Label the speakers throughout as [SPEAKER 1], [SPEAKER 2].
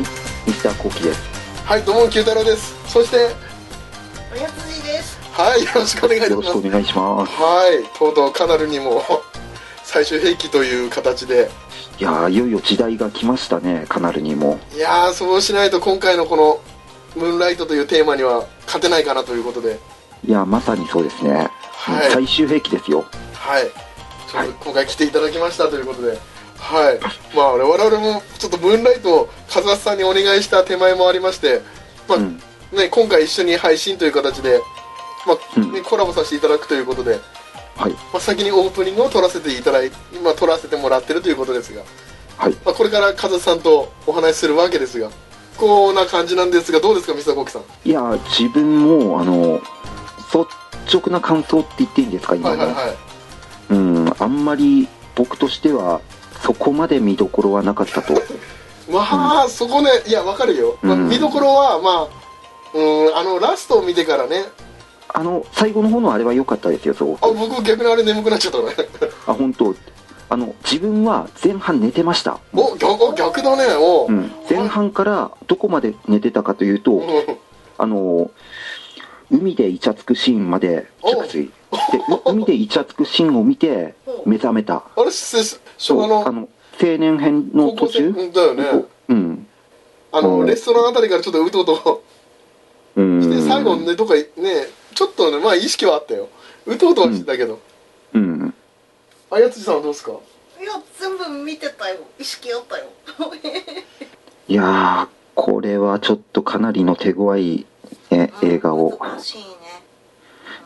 [SPEAKER 1] ッターコウキです。
[SPEAKER 2] はい、どうも、九太郎です。そして、
[SPEAKER 3] おやつじです。
[SPEAKER 2] はい、よろしくお願いいたし
[SPEAKER 1] よろし
[SPEAKER 2] ま
[SPEAKER 1] く
[SPEAKER 2] す
[SPEAKER 1] お。願いします。
[SPEAKER 2] はい、とうとうカナルにも最終兵器という形で、
[SPEAKER 1] いやー、いよいよ時代が来ましたね、カナルにも。
[SPEAKER 2] いやー、そうしないと今回のこの、ムーンライトというテーマには勝てないかなということで、
[SPEAKER 1] いやー、まさにそうですね。
[SPEAKER 2] はい
[SPEAKER 1] 最終兵器ですよ。
[SPEAKER 2] はい、ちょっと今回来ていただきましたということで、はい、まあ、我々もちょっとムーンライトをカズさんにお願いした手前もありまして、まあ、
[SPEAKER 1] うん。
[SPEAKER 2] ね、今回一緒に配信という形で、まあ
[SPEAKER 1] うん
[SPEAKER 2] ねコラボさせていただくということで、
[SPEAKER 1] はい。
[SPEAKER 2] まあ、先にオープニングを撮らせていただい今撮らせてもらってるということですが、
[SPEAKER 1] はい。
[SPEAKER 2] まあ、これからカズさんとお話しするわけですがこんな感じなんですがどうですかミスターコウキさん
[SPEAKER 1] いやー、自分も、あの、率直な感想って言っていいんですか、今
[SPEAKER 2] はい
[SPEAKER 1] の。
[SPEAKER 2] はいはい
[SPEAKER 1] うん、あんまり僕としては、そこまで見どころはなかったと。
[SPEAKER 2] まあ、そこねいやわかるよ、まあ
[SPEAKER 1] うん
[SPEAKER 2] 見どころはまあうんあのラストを見てからね
[SPEAKER 1] あの、最後の方のあれは良かったですよ、すご
[SPEAKER 2] あ
[SPEAKER 1] く。
[SPEAKER 2] 僕逆にあれ眠くなっちゃ ったね
[SPEAKER 1] あ、本当あの、自分は前半寝てました。
[SPEAKER 2] お逆お逆だねお、う
[SPEAKER 1] うんん、前半からどこまで寝てたかというと、あの海でイチャつくシーンまで熟睡でう海でイチャつくシーンを見て目覚めた
[SPEAKER 2] あれせし
[SPEAKER 1] そ
[SPEAKER 2] 昭
[SPEAKER 1] う
[SPEAKER 2] 和
[SPEAKER 1] あ
[SPEAKER 2] の
[SPEAKER 1] の青年編の途中
[SPEAKER 2] うんだよね
[SPEAKER 1] うん
[SPEAKER 2] あの、
[SPEAKER 1] うん
[SPEAKER 2] レストランあたりからちょっとうとうと
[SPEAKER 1] うん
[SPEAKER 2] して最後ねとかねちょっとねまあ意識はあったようとうとはしてたけど、
[SPEAKER 1] うん
[SPEAKER 2] あやつじさんはどうですか
[SPEAKER 3] いや、全部見てたよ。意識あったよ。
[SPEAKER 1] いやーこれはちょっとかなりの手強い、え 映画を
[SPEAKER 3] 難しいね。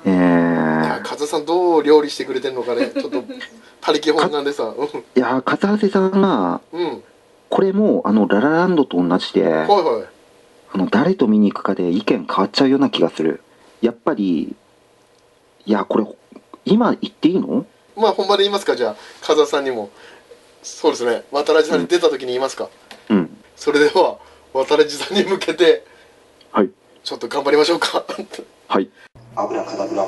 [SPEAKER 1] え
[SPEAKER 2] いや
[SPEAKER 1] ー、
[SPEAKER 2] カズさんどう料理してくれてんのか ねちょっと他力本願でさうん
[SPEAKER 1] いやー片瀬さんが
[SPEAKER 2] うん
[SPEAKER 1] これもあのララランドと同じで
[SPEAKER 2] はいはい
[SPEAKER 1] あの誰と見に行くかで意見変わっちゃうような気がするやっぱりいやこれ今言っていいの
[SPEAKER 2] まあ本場で言いますかじゃあカズさんにもそうですね渡良地さんに出た時に言いますか、
[SPEAKER 1] うん
[SPEAKER 2] それでは渡良地さんに向けて
[SPEAKER 1] はい
[SPEAKER 2] ちょっと頑張りましょうか
[SPEAKER 1] はい
[SPEAKER 4] 油かだぶら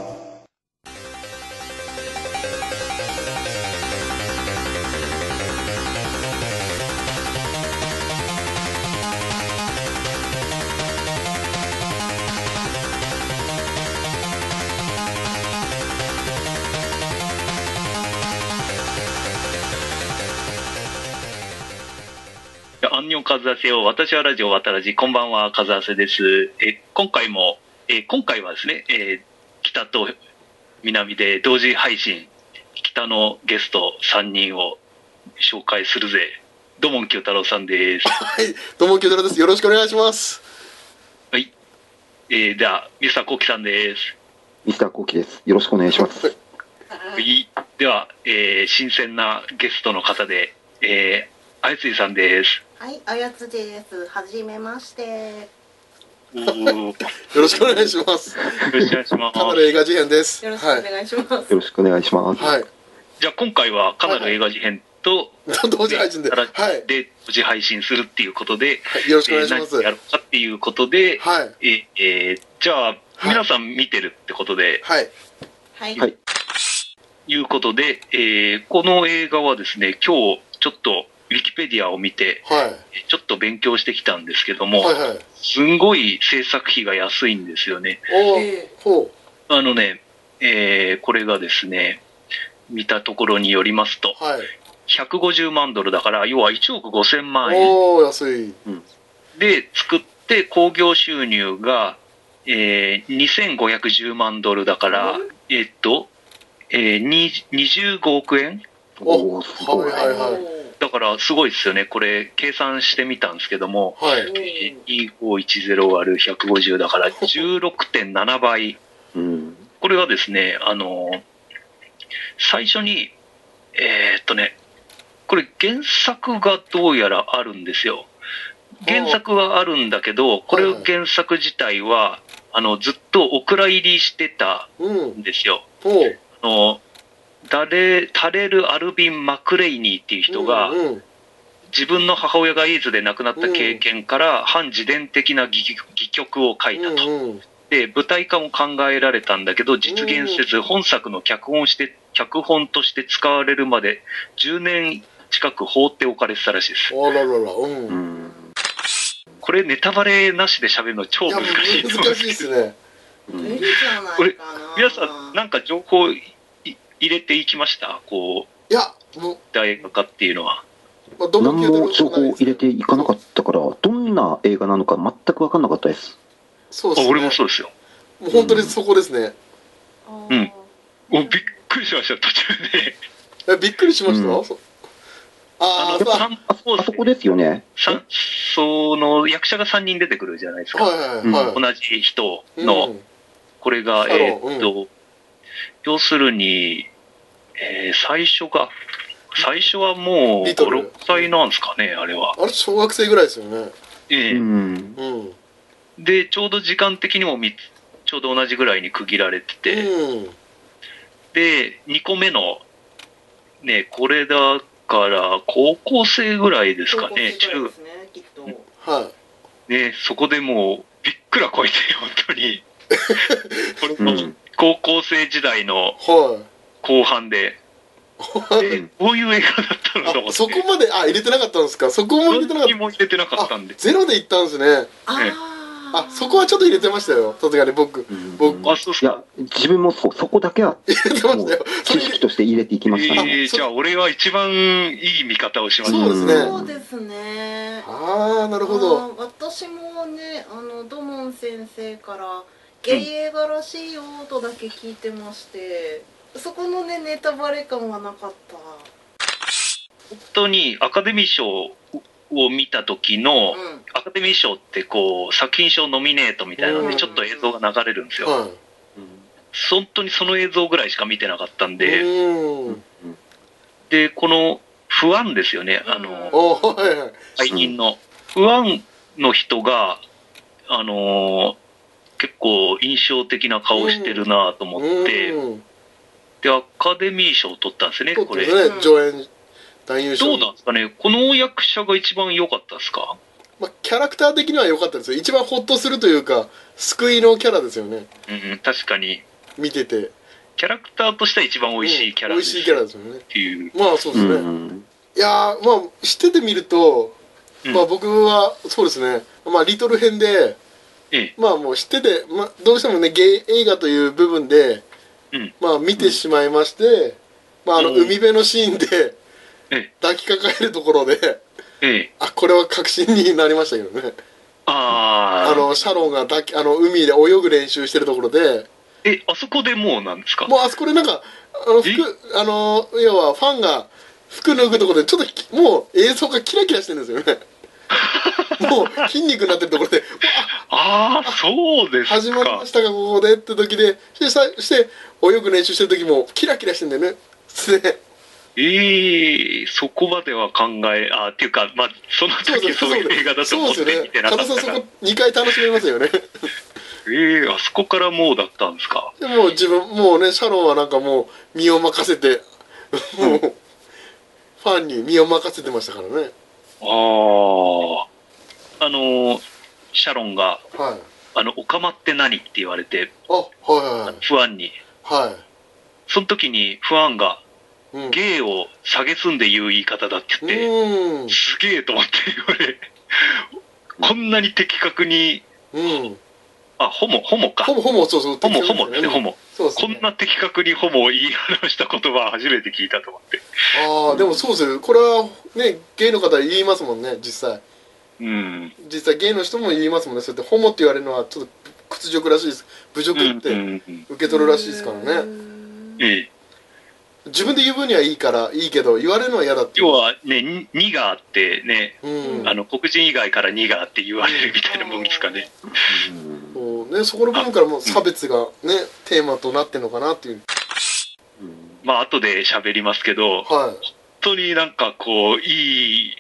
[SPEAKER 5] アンニョンカズアセよ。私はラジオ渡らじ。こんばんは、カズアセです。え、今回も、え、今回はですね、えー北と南で同時配信、北のゲスト3人を紹介するぜ。どうもんきゅうたろうさんです。
[SPEAKER 2] はいどうもキュドラですよろしくお願いします
[SPEAKER 5] えー、では、ミスターコウキさんです。
[SPEAKER 1] ミスターコウキですよろしくお願いします
[SPEAKER 5] はいでは、えー新鮮なゲストの方で、えー、あやついさんです。
[SPEAKER 3] はい、あやつじです。はじめまして。
[SPEAKER 5] おーよ
[SPEAKER 2] よろしくお願いします
[SPEAKER 5] ろしくお願いしま
[SPEAKER 2] カナ
[SPEAKER 5] す
[SPEAKER 2] ル。映画事変です
[SPEAKER 3] よろしくお
[SPEAKER 2] はい
[SPEAKER 3] 願いします。
[SPEAKER 1] よろしくお願いします
[SPEAKER 2] はい
[SPEAKER 5] じゃあ、今回はかなり映画事変と、
[SPEAKER 2] 同時配信ではい
[SPEAKER 5] で、で同時配信するっていうことで、
[SPEAKER 2] はいよろしくお願いしま
[SPEAKER 5] えー
[SPEAKER 2] す
[SPEAKER 5] 何やろうかっていうことで、
[SPEAKER 2] はい
[SPEAKER 5] ええーじゃあ、皆さん見てるってことで、
[SPEAKER 2] はい
[SPEAKER 3] はい。
[SPEAKER 1] はい
[SPEAKER 5] い、うことで、えーこの映画はですね、今日、ちょっと、ウィキペディアを見て、
[SPEAKER 2] はい
[SPEAKER 5] ちょっと勉強してきたんですけども、
[SPEAKER 2] はいはい
[SPEAKER 5] すんごい制作費が安いんですよね。
[SPEAKER 2] おー
[SPEAKER 3] え
[SPEAKER 2] ほ
[SPEAKER 5] あのね、えーこれがですね、見たところによりますと、
[SPEAKER 2] うはい
[SPEAKER 5] 150万ドルだから、要は1億5000万円。
[SPEAKER 2] おお安い
[SPEAKER 5] で作って興行収入が、えー、2510万ドルだから、えっと、えー、に25億円
[SPEAKER 1] おおすごい、
[SPEAKER 2] はいはい
[SPEAKER 5] だからすごいですよねこれ計算してみたんですけども、
[SPEAKER 2] はい
[SPEAKER 5] えー、2510割る150だから16.7倍
[SPEAKER 1] うん
[SPEAKER 5] これがですねあのー最初にえーっとねこれ原作がどうやらあるんですよ原作はあるんだけど、これ原作自体は、あの、ずっとお蔵入りしてた
[SPEAKER 2] うん
[SPEAKER 5] んですよ。
[SPEAKER 2] ほう
[SPEAKER 5] あの、誰、タレル・アルビン・マクレイニーっていう人が
[SPEAKER 2] う、んうん
[SPEAKER 5] 自分の母親がエイズで亡くなった経験から、反自伝的な戯曲戯曲を書いたと。
[SPEAKER 2] うんうん
[SPEAKER 5] で、舞台化も考えられたんだけど、実現せず、本作の脚本して、脚本として使われるまで、10年近く放っておかれてたらしいです。
[SPEAKER 2] あららら、う。
[SPEAKER 1] うんん
[SPEAKER 5] これネタバレなしで喋るの超
[SPEAKER 2] いや
[SPEAKER 5] 難
[SPEAKER 2] もう
[SPEAKER 5] しいと思うん
[SPEAKER 2] 難
[SPEAKER 5] で
[SPEAKER 2] し
[SPEAKER 5] す
[SPEAKER 2] い
[SPEAKER 5] け
[SPEAKER 2] で
[SPEAKER 5] ど
[SPEAKER 2] すね
[SPEAKER 3] 無理じゃないかな。
[SPEAKER 5] 皆さん、なんか情報い入れていきましたこう、
[SPEAKER 2] いやもう、
[SPEAKER 5] 大学かっていうのは。
[SPEAKER 2] まあ、ど
[SPEAKER 1] 何も情報を入れていかなか
[SPEAKER 2] った
[SPEAKER 1] ったからどんな映画なのか全く分かんなかったです
[SPEAKER 2] そう
[SPEAKER 5] あ
[SPEAKER 2] ですね
[SPEAKER 5] 俺もそうですよ。
[SPEAKER 2] もう本当にそこですね、
[SPEAKER 5] うん
[SPEAKER 3] あー
[SPEAKER 5] おびっくりしました、途中で。
[SPEAKER 2] えびっくりしました、
[SPEAKER 1] うん
[SPEAKER 2] そ
[SPEAKER 5] あ
[SPEAKER 2] あー
[SPEAKER 5] の、
[SPEAKER 2] あ
[SPEAKER 5] 散
[SPEAKER 1] あ
[SPEAKER 5] そうで
[SPEAKER 1] あ
[SPEAKER 5] す
[SPEAKER 1] そ
[SPEAKER 5] ね
[SPEAKER 1] こですよね
[SPEAKER 5] 三その役者が3人出てくるじゃないですか、
[SPEAKER 2] はいはいはい、
[SPEAKER 5] 同じ人
[SPEAKER 2] うん
[SPEAKER 5] の、これが、
[SPEAKER 2] そう
[SPEAKER 5] えーっと、要するに、えー最初が、最初はもう
[SPEAKER 2] リ
[SPEAKER 5] 5、
[SPEAKER 2] トル
[SPEAKER 5] 6歳なんですかね、あれは。
[SPEAKER 2] あれ小学生ぐらいですよね
[SPEAKER 5] え
[SPEAKER 1] う
[SPEAKER 5] ー
[SPEAKER 1] ん
[SPEAKER 2] うんうん
[SPEAKER 5] で、ちょうど時間的にもみちょうど同じぐらいに区切られてて、で、2個目の、ね、これだから、高校生ぐらいですかね、
[SPEAKER 3] 高校生ぐらい
[SPEAKER 5] 中
[SPEAKER 3] で、すね、きっと。
[SPEAKER 2] はい
[SPEAKER 5] ね、そこでもう、びっくら超えて、本当に。これ
[SPEAKER 1] う
[SPEAKER 5] も
[SPEAKER 1] ん
[SPEAKER 5] 高校生時代の
[SPEAKER 2] は
[SPEAKER 5] 後半で、
[SPEAKER 2] い
[SPEAKER 5] えこういう映画だったのと思
[SPEAKER 2] あ
[SPEAKER 5] って、
[SPEAKER 2] そこまであ入れてなかったんですかそこも入れてなかっ
[SPEAKER 5] 何も入れてなかったんで
[SPEAKER 2] た、ゼロでいったんですね
[SPEAKER 3] あ
[SPEAKER 2] あそこはちょっと入れてましたよさすがに僕
[SPEAKER 1] うん
[SPEAKER 2] 僕
[SPEAKER 5] あ、そうっ
[SPEAKER 1] い
[SPEAKER 5] す
[SPEAKER 1] や
[SPEAKER 5] か。
[SPEAKER 1] 自分もそうそこだけは
[SPEAKER 2] 入れてましたよそ
[SPEAKER 1] 知
[SPEAKER 2] れ
[SPEAKER 1] 識として入れていき
[SPEAKER 5] え
[SPEAKER 1] ましたね、
[SPEAKER 5] ーじゃあ、俺は一番いい見方をしました。
[SPEAKER 2] そうですね
[SPEAKER 3] そうですね。
[SPEAKER 2] ああな
[SPEAKER 3] な
[SPEAKER 2] るほど
[SPEAKER 3] 私もね、あの土門先生からゲイ映画らしいよとだけ聞いてまして、そこのねネタバレ感はなかった。
[SPEAKER 5] 本当にアカデミー賞を見た時の
[SPEAKER 3] う、ん。
[SPEAKER 5] アカデミー賞ってこう、作品賞ノミネートみたいなの
[SPEAKER 2] う
[SPEAKER 5] で、
[SPEAKER 2] ん
[SPEAKER 5] ちょっと映像が流れるんですよ。
[SPEAKER 2] は
[SPEAKER 5] 本当にその映像ぐらいしか見てなかったん
[SPEAKER 2] い
[SPEAKER 5] で、
[SPEAKER 2] うん
[SPEAKER 5] で、この不安ですよね、
[SPEAKER 3] う
[SPEAKER 5] あ
[SPEAKER 3] ん
[SPEAKER 5] の、
[SPEAKER 2] おーはいはい
[SPEAKER 5] 最近の。不安の人が、あのー結構印象的な顔してるなと思って、
[SPEAKER 2] うん
[SPEAKER 5] で、アカデミー賞を取ったんですね、
[SPEAKER 2] そう
[SPEAKER 5] こ
[SPEAKER 2] で
[SPEAKER 5] れ。
[SPEAKER 2] す
[SPEAKER 3] う
[SPEAKER 2] ね
[SPEAKER 3] ん
[SPEAKER 2] 上演男優賞
[SPEAKER 5] どうなんですかねこの役者が一番良かったですか
[SPEAKER 2] まあキャラクター的には良かったですよ一番ホッとするというか救いのキャラですよね
[SPEAKER 5] うん、確かに。
[SPEAKER 2] 見てて
[SPEAKER 5] キャラクターとしては一番美味しいキャラ
[SPEAKER 2] 美
[SPEAKER 5] で
[SPEAKER 2] 味
[SPEAKER 5] す
[SPEAKER 2] しいキャラですよね
[SPEAKER 5] っていう。
[SPEAKER 2] まあそうで
[SPEAKER 1] う
[SPEAKER 2] すね、
[SPEAKER 1] ん
[SPEAKER 2] いやーまあ知っててみると、
[SPEAKER 5] うん
[SPEAKER 2] まあ僕はそうですねまあリトル編で
[SPEAKER 5] ええ
[SPEAKER 2] まあもう知ってて、まあ、どうしてもねゲイ映画という部分で、
[SPEAKER 5] うん
[SPEAKER 2] まあ見てしまいまして、まああの
[SPEAKER 5] うん
[SPEAKER 2] 海辺のシーンで
[SPEAKER 5] え
[SPEAKER 2] 抱きかかえるところで
[SPEAKER 5] ええ。
[SPEAKER 2] あこれは確信になりましたけどね
[SPEAKER 5] あー
[SPEAKER 2] あのシャロンが抱きあの海で泳ぐ練習してるところで
[SPEAKER 5] え、あそこでもうなんです か
[SPEAKER 2] もうあそこでなんかあの
[SPEAKER 5] え
[SPEAKER 2] 服あの要はファンが服脱ぐところでちょっときもう映像がキラキラしてるんですよね もう筋肉になってるところで
[SPEAKER 5] ああ、そうですか。
[SPEAKER 2] 始まりましたがここでって時でしてさして泳ぐ練習してる時もキラキラしてんだよねすね
[SPEAKER 5] ええそこまでは考え、あっていうか、まあ、その
[SPEAKER 2] そう
[SPEAKER 5] 時
[SPEAKER 2] です
[SPEAKER 5] そう
[SPEAKER 2] ね
[SPEAKER 5] いう映画だと思っ
[SPEAKER 2] そうです
[SPEAKER 5] て
[SPEAKER 2] よ
[SPEAKER 5] 見
[SPEAKER 2] ね
[SPEAKER 5] てなか
[SPEAKER 2] 加
[SPEAKER 5] った
[SPEAKER 2] 藤さんそ
[SPEAKER 5] から、
[SPEAKER 2] こ2回楽しめますよね
[SPEAKER 5] ええあそこからもうだったんですか。
[SPEAKER 2] でもう自分もうねシャロンはなんかもう身を任せてもう、ファンに身を任せてましたからね
[SPEAKER 5] ああ。あの、シャロンが、
[SPEAKER 2] はい
[SPEAKER 5] あの、オカマって何って言われて、
[SPEAKER 2] あはい
[SPEAKER 5] 不安に。
[SPEAKER 2] はいはい
[SPEAKER 5] その時に不安が、
[SPEAKER 2] うん
[SPEAKER 5] 芸を下げすんで言う言い方だって
[SPEAKER 2] う
[SPEAKER 5] 言って、
[SPEAKER 2] ん
[SPEAKER 5] すげえと思って、俺、こんなに的確に、
[SPEAKER 2] うん
[SPEAKER 5] あ、ホモ、ホモか。
[SPEAKER 2] ほ
[SPEAKER 5] ホ
[SPEAKER 2] ぼほぼそうそう
[SPEAKER 5] モ、ホモですね、ホ
[SPEAKER 2] モ
[SPEAKER 5] モ。
[SPEAKER 2] そうです
[SPEAKER 5] こ
[SPEAKER 2] ね
[SPEAKER 5] んな的確にホモを言い表した言葉は初めて聞いたと思って。
[SPEAKER 2] ああでもそうですよこれはねゲイの方言いますもんね実際
[SPEAKER 5] うん。
[SPEAKER 2] 実際ゲイの人も言いますもんねそうやってホモって言われるのはちょっと屈辱らしいです侮辱っ
[SPEAKER 5] う
[SPEAKER 2] て
[SPEAKER 5] んうん
[SPEAKER 2] 受け取るらしいですから
[SPEAKER 3] う
[SPEAKER 2] ね
[SPEAKER 3] ん。
[SPEAKER 5] ええ
[SPEAKER 2] 自分で言う分にはいいからいいけど言われるのは嫌だっていう
[SPEAKER 5] 要はね、にニガーってね、
[SPEAKER 2] うん
[SPEAKER 5] あの黒人以外からニガーって言われるみたいなもんですかね。
[SPEAKER 2] そうねそこの部分からもう差別がねテーマとなってるのかなっていう
[SPEAKER 5] まあ後で喋りますけど、本
[SPEAKER 2] は
[SPEAKER 5] 当になんかこう、いい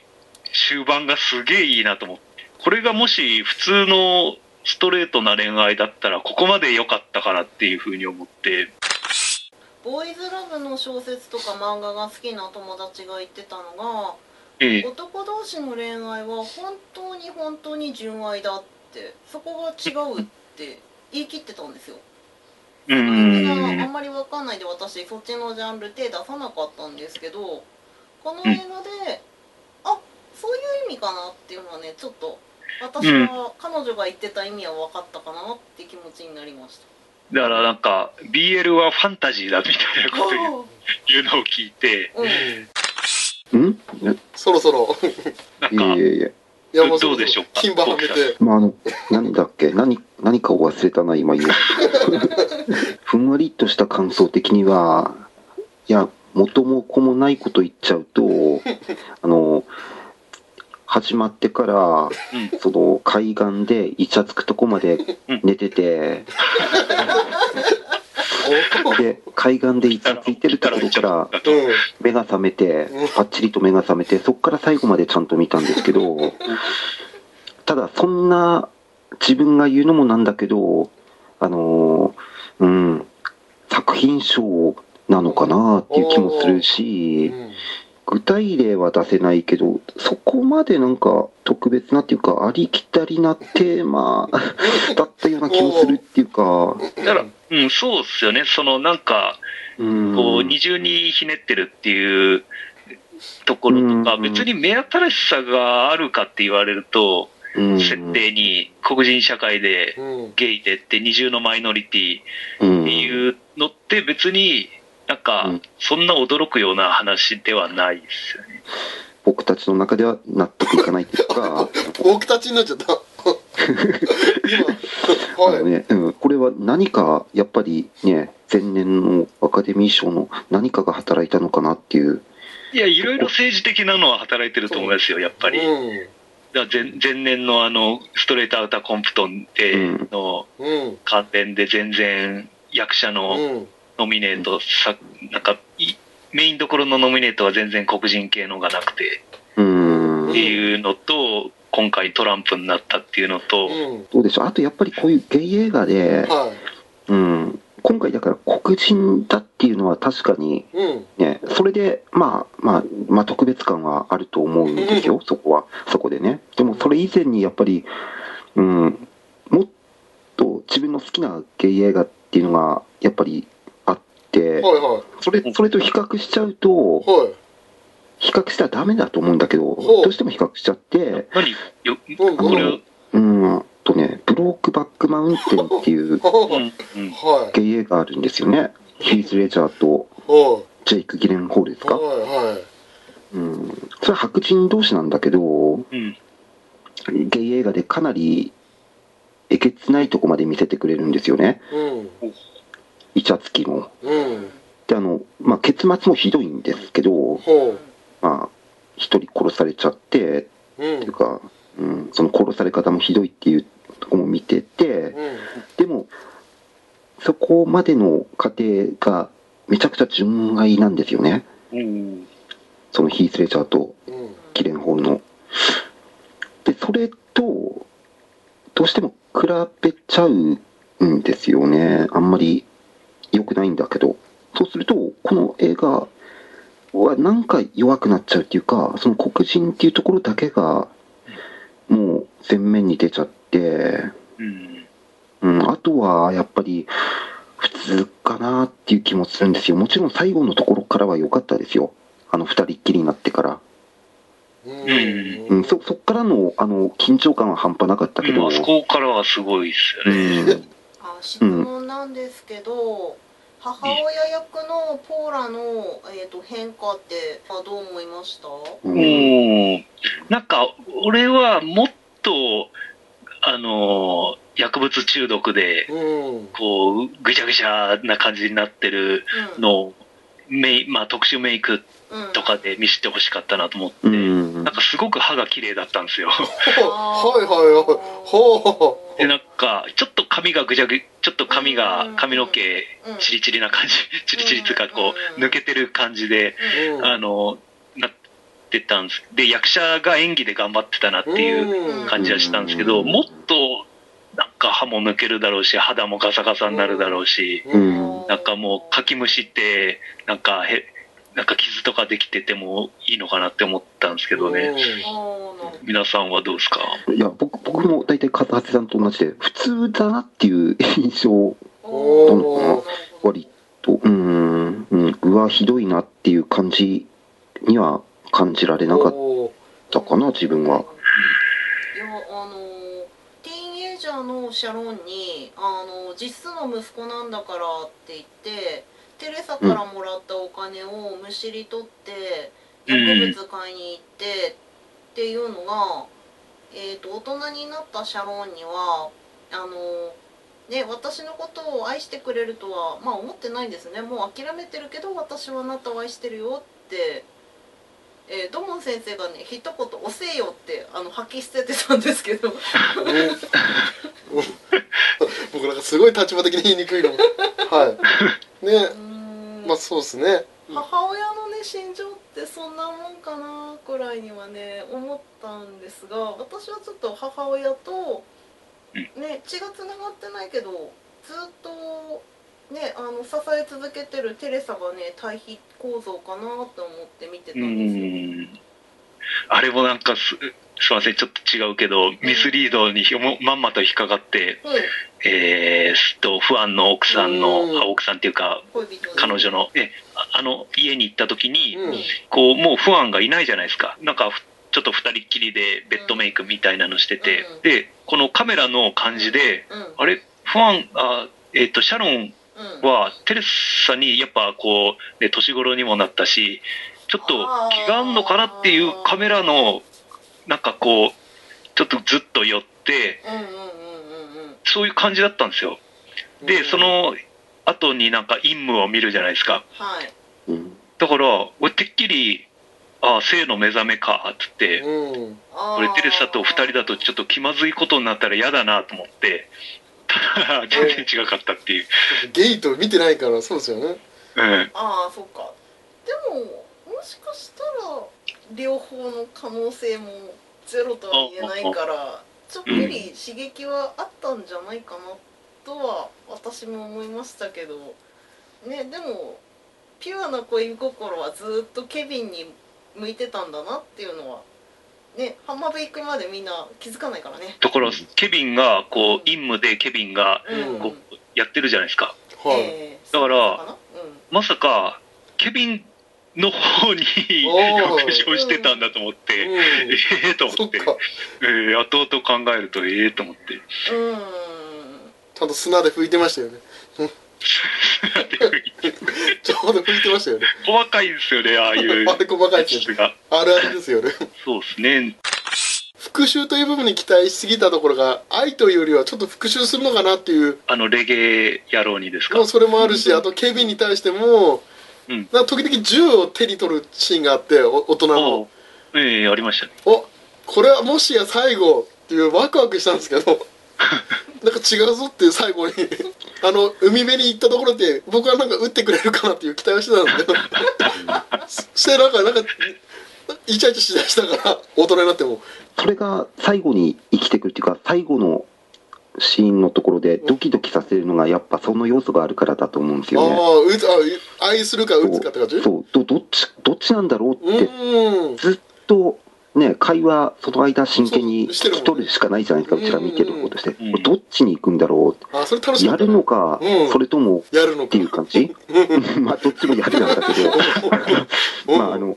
[SPEAKER 5] 終盤がすげえいいなと思って。これがもし普通のストレートな恋愛だったら、ここまで良かったからっていうふうに思って、
[SPEAKER 3] ボーイズラブの小説とか漫画が好きな友達が言ってたのが
[SPEAKER 5] ええ
[SPEAKER 3] 男同士の恋愛は本当に本当に純愛だってそこが違うって言い切ってたんですよ
[SPEAKER 5] う
[SPEAKER 3] それがあん
[SPEAKER 5] ーん。
[SPEAKER 3] まりわかんないで私そっちのジャンル手出さなかったんですけどこの映画であそういう意味かなっていうのはねちょっと私は彼女が言ってた意味は分かったかなって気持ちになりました。
[SPEAKER 5] だからなんか、BL はファンタジーだみたいなこと言う
[SPEAKER 3] おー
[SPEAKER 5] 言うのを聞いて、
[SPEAKER 3] うん
[SPEAKER 1] ん
[SPEAKER 2] そろそろ
[SPEAKER 5] なん
[SPEAKER 1] いや
[SPEAKER 5] か
[SPEAKER 1] い、やいや。
[SPEAKER 2] 山本
[SPEAKER 5] どうでしょうか
[SPEAKER 2] 金馬はめて
[SPEAKER 1] まあ、あの、何だっけ何、何かを忘れたな、今言う。ふんわりとした感想的には、いや、元も子もないこと言っちゃうと、あの、始まってから、
[SPEAKER 5] うん
[SPEAKER 1] その海岸でイチャつくとこまで寝てて、で海岸でイチャついてるところから
[SPEAKER 5] だと
[SPEAKER 2] うん
[SPEAKER 1] 目が覚めて
[SPEAKER 2] うん
[SPEAKER 1] パッチリと目が覚めてそこから最後までちゃんと見たんですけどただそんな自分が言うのもなんだけどあのーうん作品賞なのかなっていう気もするし。
[SPEAKER 2] うん
[SPEAKER 1] 具体例は出せないけどそこまでなんか特別なっていうかありきたりなテーマ だったような気もするっていうか
[SPEAKER 5] だから、うん、そうっすよね。そのなんか、
[SPEAKER 1] うん
[SPEAKER 5] こう、二重にひねってるっていうところとか、
[SPEAKER 1] うん
[SPEAKER 5] 別に目新しさがあるかって言われると、
[SPEAKER 1] うん
[SPEAKER 5] 設定に黒人社会で
[SPEAKER 2] うん
[SPEAKER 5] ゲイでって二重のマイノリティ
[SPEAKER 1] うん
[SPEAKER 5] っていうのって別になんか
[SPEAKER 1] うん
[SPEAKER 5] そんな驚くような話ではないですよね。
[SPEAKER 1] 僕たちの中では納得いかないっていうか
[SPEAKER 2] 僕たちになっちゃった今
[SPEAKER 1] あ
[SPEAKER 2] はい
[SPEAKER 1] のねうん、これは何かやっぱりね前年のアカデミー賞の何かが働いたのかなっていう
[SPEAKER 5] いや、いろいろ政治的なのは働いてると思いますよ、やっぱり。
[SPEAKER 2] うん
[SPEAKER 5] だから前前年のあの、ストレートアウターコンプトンで
[SPEAKER 1] うん
[SPEAKER 5] の
[SPEAKER 2] うん
[SPEAKER 5] 関連で全然役者の
[SPEAKER 2] うん
[SPEAKER 5] ノミネートさ、なんかいメインどころのノミネートは全然黒人系のがなくて
[SPEAKER 1] うん
[SPEAKER 5] っていうのと、今回トランプになったっていうのと、
[SPEAKER 2] うん
[SPEAKER 1] どうでしょうあとやっぱりこういうゲイ映画で、
[SPEAKER 2] は
[SPEAKER 1] うん、今回だから黒人だっていうのは確かに
[SPEAKER 2] いうん
[SPEAKER 1] ね、それで、まあ、まあ、まあ、特別感はあると思うんです よ、そこは、そこでね。でも、それ以前にやっぱり、うん、もっと自分の好きなゲイ映画っていうのが、やっぱりあって
[SPEAKER 2] はい、は
[SPEAKER 1] それ、それと比較しちゃうと
[SPEAKER 2] い、はい
[SPEAKER 1] 比較したらダメだと思うんだけど、
[SPEAKER 2] ほう
[SPEAKER 1] どうしても比較しちゃって、
[SPEAKER 5] 何よ、
[SPEAKER 2] うん
[SPEAKER 5] これを、
[SPEAKER 1] うん、とね、ブロークバックマウンテンっていう
[SPEAKER 5] う
[SPEAKER 2] は
[SPEAKER 5] ん、うん
[SPEAKER 2] いはい
[SPEAKER 1] ゲイ映画あるんですよね。ヒーズ・レジャーと
[SPEAKER 2] は
[SPEAKER 1] ジェイク・ギレンホールです
[SPEAKER 2] いは
[SPEAKER 1] か。
[SPEAKER 2] いはい
[SPEAKER 1] うん、それは白人同士なんだけど、
[SPEAKER 5] うん、
[SPEAKER 1] ゲイ映画でかなりえげつないとこまで見せてくれるんですよね、
[SPEAKER 2] うん
[SPEAKER 1] イチャつきも。
[SPEAKER 2] うん
[SPEAKER 1] で、あの、まあ、結末もひどいんですけど、
[SPEAKER 2] ほ
[SPEAKER 1] まあ、一人殺されちゃって、っ
[SPEAKER 2] ううん
[SPEAKER 1] ていうか、うん、その殺され方もひどいっていうとこも見てて、
[SPEAKER 2] うん
[SPEAKER 1] でも、そこまでの過程がめちゃくちゃ純愛なんですよね。
[SPEAKER 5] うん、
[SPEAKER 1] そのヒースレジャーと
[SPEAKER 2] うん
[SPEAKER 1] キレンホールの。で、それと、どうしても比べちゃうんですよね。あんまり良くないんだけど。そうすると、この映画はなんか弱くなっちゃうっていうか、その黒人っていうところだけが、もう前面に出ちゃって、
[SPEAKER 5] うん、
[SPEAKER 1] うん、あとはやっぱり、普通かなっていう気もするんですよ。もちろん最後のところからは良かったですよ。あの二人っきりになってから。
[SPEAKER 2] うん
[SPEAKER 1] うん、そそっからのあの緊張感は半端なかったけど、
[SPEAKER 5] まあ、そこからはすごいですよ
[SPEAKER 1] う
[SPEAKER 5] ね。
[SPEAKER 1] ん
[SPEAKER 3] あ質問なんですけど、母親役のポーラの、えー、と変化ってあどう思いました
[SPEAKER 1] うん
[SPEAKER 5] もう、なんか、俺はもっと、あのー、薬物中毒で、
[SPEAKER 2] うん
[SPEAKER 5] こう、ぐちゃぐちゃな感じになってる
[SPEAKER 3] うん
[SPEAKER 5] のを、メイまあ、特殊メイク
[SPEAKER 3] うん
[SPEAKER 5] とかで見せてほしかったなと思って、
[SPEAKER 1] うん
[SPEAKER 5] なんかすごく歯が綺麗だったんです よ。
[SPEAKER 2] はいはいはいほ
[SPEAKER 5] で、なんか、ちょっと髪がぐちゃぐ、ちょっと髪が
[SPEAKER 3] うん、
[SPEAKER 5] 髪の毛、
[SPEAKER 3] うん
[SPEAKER 5] チリチリな感じ、チリチリっていうか、こう、
[SPEAKER 3] うん
[SPEAKER 5] 抜けてる感じで、
[SPEAKER 2] ううん
[SPEAKER 5] あの、なってたんです。で、役者が演技で頑張ってたなっていう
[SPEAKER 2] うん
[SPEAKER 5] 感じはしたんですけど、
[SPEAKER 1] うん
[SPEAKER 5] もっと、なんか歯も抜けるだろうし、肌もガサガサになるだろうし、
[SPEAKER 1] う
[SPEAKER 2] うん
[SPEAKER 1] ん
[SPEAKER 5] なんかもう、かきむしって、なんかへ、なんか傷とかできててもいいのかなって思ったんですけどね。
[SPEAKER 3] あーなるほど
[SPEAKER 5] 皆さんはどうですか
[SPEAKER 1] いや僕僕も大体片瀬さんと同じで普通だなっていう印象
[SPEAKER 2] お
[SPEAKER 1] ー割とうん、うん、うわひどいなっていう感じには感じられなかっ
[SPEAKER 2] おー
[SPEAKER 1] たかな自分は。
[SPEAKER 3] いやあのナのシャロンにあの実質の息子なんだからって言ってテレサからもらったお金をむしり取って
[SPEAKER 5] うん
[SPEAKER 3] 薬物買いに行ってっていうのが、えー、と大人になったシャロンにはあの、ね、私のことを愛してくれるとは、まあ、思ってないんですねもう諦めてるけど私はあなたを愛してるよって。えー、ドモン先生がね一言「おせよ」ってあの吐き捨ててたんですけど
[SPEAKER 2] おお 僕なんかすごい立場的に言いにくいのはいね
[SPEAKER 3] うーん
[SPEAKER 2] まあそうですね
[SPEAKER 3] 母親のね心情ってそんなもんかなくらいにはね思ったんですが私はちょっと母親と、ね、血がつながってないけどずっと、ね、あの支え続けてるテレサがね対比構造かなと思って見てた
[SPEAKER 5] うん
[SPEAKER 3] ですよ。
[SPEAKER 5] んあれもなんかす、すいません、ちょっと違うけど、ミスリードにひもまんまと引っかかって、
[SPEAKER 3] うん
[SPEAKER 5] えー、すっと、不安の奥さ
[SPEAKER 2] う
[SPEAKER 5] ん
[SPEAKER 2] ん
[SPEAKER 5] の、あ奥さんっていうか、
[SPEAKER 3] 恋人に
[SPEAKER 5] 彼女の、え、ああの、家に行った時に、
[SPEAKER 2] うん
[SPEAKER 5] こう、もう不安がいないじゃないですか。なんか、ふちょっと二人っきりでベッドメイクみたいなのしてて、
[SPEAKER 3] うん
[SPEAKER 5] で、このカメラの感じで、
[SPEAKER 3] うん
[SPEAKER 5] あれ、不安、あ、えっ、と、シャロン
[SPEAKER 3] うん
[SPEAKER 5] はテレサにやっぱこう、ね、年頃にもなったしちょっと気があんのかなっていうカメラのなんかこうちょっとずっと寄って
[SPEAKER 3] うんうんうんうんうん
[SPEAKER 5] そういう感じだったんですよでその後になんか陰夢を見るじゃないですか
[SPEAKER 3] はい
[SPEAKER 1] うん
[SPEAKER 5] だから俺てっきり「ああ性の目覚めか」っつって
[SPEAKER 2] うん
[SPEAKER 3] あー
[SPEAKER 5] 俺テレサと2人だとちょっと気まずいことになったら嫌だなと思ってただ全然違かったっていう、
[SPEAKER 2] ゲイと見てないからそうですよね
[SPEAKER 5] うん、
[SPEAKER 3] ああそっかでももしかしたら両方の可能性もゼロとは言えないからちょっぴり刺激はあったんじゃないかなとは私も思いましたけどねでもピュアな恋心はずっとケビンに向いてたんだなっていうのはね浜辺行くまでみんな気づかないからね。
[SPEAKER 5] ところケビンがこう陰夢でケビンが
[SPEAKER 3] うん
[SPEAKER 5] こうやってるじゃないですか。
[SPEAKER 2] はい
[SPEAKER 3] えー
[SPEAKER 5] だから
[SPEAKER 3] そうなのかなうん
[SPEAKER 5] まさか、ケビンの方に
[SPEAKER 2] おー
[SPEAKER 5] 浴場してたんだと思って、え
[SPEAKER 2] う
[SPEAKER 5] えと
[SPEAKER 2] ん
[SPEAKER 5] 思
[SPEAKER 2] そ
[SPEAKER 5] っ、
[SPEAKER 2] ってか
[SPEAKER 5] えー、後々考えると、ええと思って、
[SPEAKER 3] う
[SPEAKER 2] ちゃんと砂で拭いてましたよ ねちょうど拭いてましたよね
[SPEAKER 5] 細かいですよね、ああいう
[SPEAKER 2] あれ 細かいですよ
[SPEAKER 5] 質が。
[SPEAKER 2] あるあるですよね
[SPEAKER 5] そうですね。
[SPEAKER 2] 復讐という部分に期待しすぎたところが愛というよりはちょっと復讐するのかなっていう
[SPEAKER 5] あの、レゲエ野郎にですか
[SPEAKER 2] もう。それもあるしあと警備に対しても、
[SPEAKER 5] うん
[SPEAKER 2] なんか時々銃を手に取るシーンがあってお大人
[SPEAKER 5] お
[SPEAKER 2] の
[SPEAKER 5] うええありましたね。
[SPEAKER 2] おこれはもしや最後っていうワクワクしたんですけ どなんか違うぞっていう最後にあの海辺に行ったところで僕はなんか撃ってくれるかなっていう期待をしてたんですけど そしてなんかなんかイチャイチャしだしたから大人になっても
[SPEAKER 1] それが最後に生きてくるっていうか最後のシーンのところでドキドキさせるのがやっぱその要素があるからだと思うんです
[SPEAKER 2] あ
[SPEAKER 1] よね。
[SPEAKER 2] あ撃つあい愛するか撃つかって感じ
[SPEAKER 1] そうそうどどっちどっちなんだろう
[SPEAKER 2] う
[SPEAKER 1] って
[SPEAKER 2] ーん
[SPEAKER 1] ずっとね会話その間真剣に
[SPEAKER 2] そうして
[SPEAKER 1] 聞
[SPEAKER 2] るもん
[SPEAKER 1] き取るしかないじゃないですか
[SPEAKER 2] う
[SPEAKER 1] うんちら見てる方として
[SPEAKER 5] うん
[SPEAKER 1] これどっちに行くんだろ
[SPEAKER 2] あそれ楽
[SPEAKER 1] う
[SPEAKER 2] しか
[SPEAKER 1] や
[SPEAKER 2] った
[SPEAKER 1] るのか
[SPEAKER 2] うん
[SPEAKER 1] それとも
[SPEAKER 2] やるの
[SPEAKER 1] っ
[SPEAKER 2] か
[SPEAKER 1] ていう感じまあどっちもやるなんだけど。
[SPEAKER 2] うん
[SPEAKER 1] まああの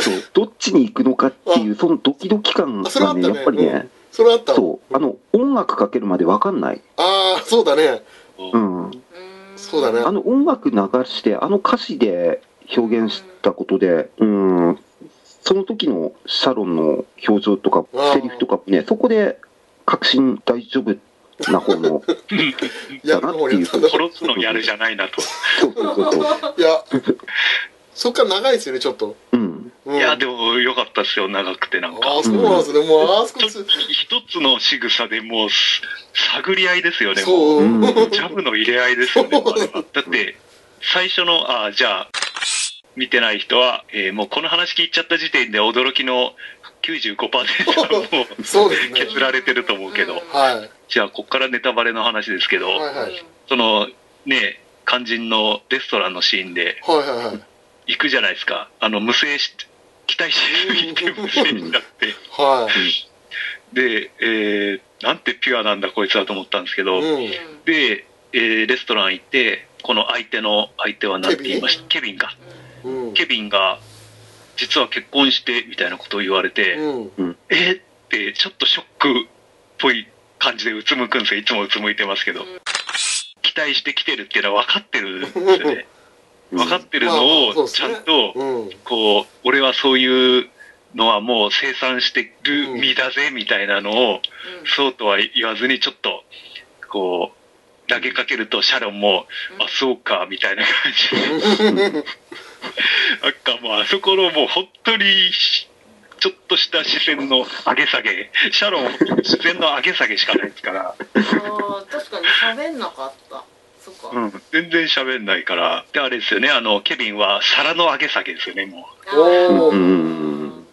[SPEAKER 1] そうどっちに行くのかっていうそのドキドキ感
[SPEAKER 2] あそれ
[SPEAKER 1] が
[SPEAKER 2] あった
[SPEAKER 1] ね
[SPEAKER 2] ね
[SPEAKER 1] やっぱりね、
[SPEAKER 2] それあったわ
[SPEAKER 1] そうあの音楽かけるまでわかんない、
[SPEAKER 2] ああそうだね
[SPEAKER 1] うん、
[SPEAKER 3] んん
[SPEAKER 2] そうだね
[SPEAKER 1] あの音楽流してあの歌詞で表現したことでうんその時のシャロンの表情とか
[SPEAKER 2] うん
[SPEAKER 1] セリフとかねそこで確信大丈夫な方の
[SPEAKER 2] やるの方やったんだ
[SPEAKER 5] 殺すのやるじゃないなと。
[SPEAKER 1] そうそうそうそう
[SPEAKER 2] いやそっから長いですよねちょっと、
[SPEAKER 1] うん
[SPEAKER 2] うん、
[SPEAKER 5] いや、でも、良かったですよ、長くてなんか。
[SPEAKER 2] ああそうなんですねもうあそこ
[SPEAKER 5] 一
[SPEAKER 2] つ
[SPEAKER 5] つの仕草でもうす、探り合いですよね、もう
[SPEAKER 2] そう、
[SPEAKER 1] うん
[SPEAKER 5] ジャブの入れ合いですよね、
[SPEAKER 2] そう
[SPEAKER 5] あれはだって、最初の、あじゃあ、見てない人は、えーもうこの話聞いちゃった時点で驚きの95%はもう
[SPEAKER 2] そうですね
[SPEAKER 5] 削られてると思うけど、
[SPEAKER 2] はいはい
[SPEAKER 5] じゃあ、こっからネタバレの話ですけど、
[SPEAKER 2] はいはい
[SPEAKER 5] その、ね、肝心のレストランのシーンで
[SPEAKER 2] はいはい
[SPEAKER 5] 行くじゃないですか。あの、無声し、期待しすぎて無声になって。
[SPEAKER 2] は
[SPEAKER 5] で、えーなんてピュアなんだこいつはと思ったんですけど、
[SPEAKER 2] い、うん、
[SPEAKER 3] う
[SPEAKER 5] で、えーレストラン行って、この相手の、相手は何て言いましたケ
[SPEAKER 3] ケ
[SPEAKER 5] ビンか。
[SPEAKER 2] うんうん
[SPEAKER 5] ケビンが、実は結婚して、みたいなことを言われて、
[SPEAKER 2] うん
[SPEAKER 5] えーって、ちょっとショックっぽい感じでうつむくんですよ。いつもうつむいてますけど
[SPEAKER 3] うん。
[SPEAKER 5] 期待してきてるっていうのは分かってるんですよね。分かってるの
[SPEAKER 2] まあまあそう
[SPEAKER 5] を、
[SPEAKER 2] です
[SPEAKER 5] ち
[SPEAKER 2] ね
[SPEAKER 5] ゃんと、
[SPEAKER 2] うん
[SPEAKER 5] こう、俺はそういうのはもう生産して
[SPEAKER 2] う
[SPEAKER 5] る
[SPEAKER 2] ん
[SPEAKER 5] 身だぜ、みたいなのを、そうとは言わずに、ちょっと、こう、投げかけると、シャロンも、あ、そうか、みたいな感じで。なんかもうあそこのもう本当にしちょっとした視線の上げ下げ、シャロン視線の上げ下げしかないですから、
[SPEAKER 3] あー確かに喋んなかったそっか、
[SPEAKER 5] うん、全然喋んないから、で、あれですよね、あの、ケビンは皿の上げ下げですよね、もう。
[SPEAKER 3] あー
[SPEAKER 2] おー
[SPEAKER 1] うん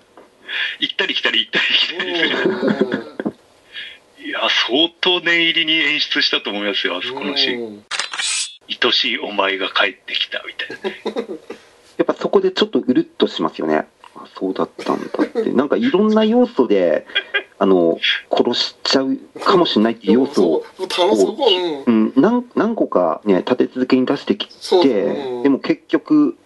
[SPEAKER 5] 行ったり来たり行ったり来たりする。
[SPEAKER 2] うん
[SPEAKER 5] いや、相当念入りに演出したと思いますよ、あそこのシーン。
[SPEAKER 2] うん
[SPEAKER 5] 愛しいお前が帰ってきた、みたいな。
[SPEAKER 1] やっぱそこでちょっとうるっとしますよね。あそうだったんだって。なんかいろんな要素で、あの、殺しちゃうかもしれないっていう要素を、
[SPEAKER 2] そう楽しそううん
[SPEAKER 1] うん、何何個かね、立て続けに出してき
[SPEAKER 2] そう
[SPEAKER 1] て、
[SPEAKER 2] うん
[SPEAKER 1] でも結局、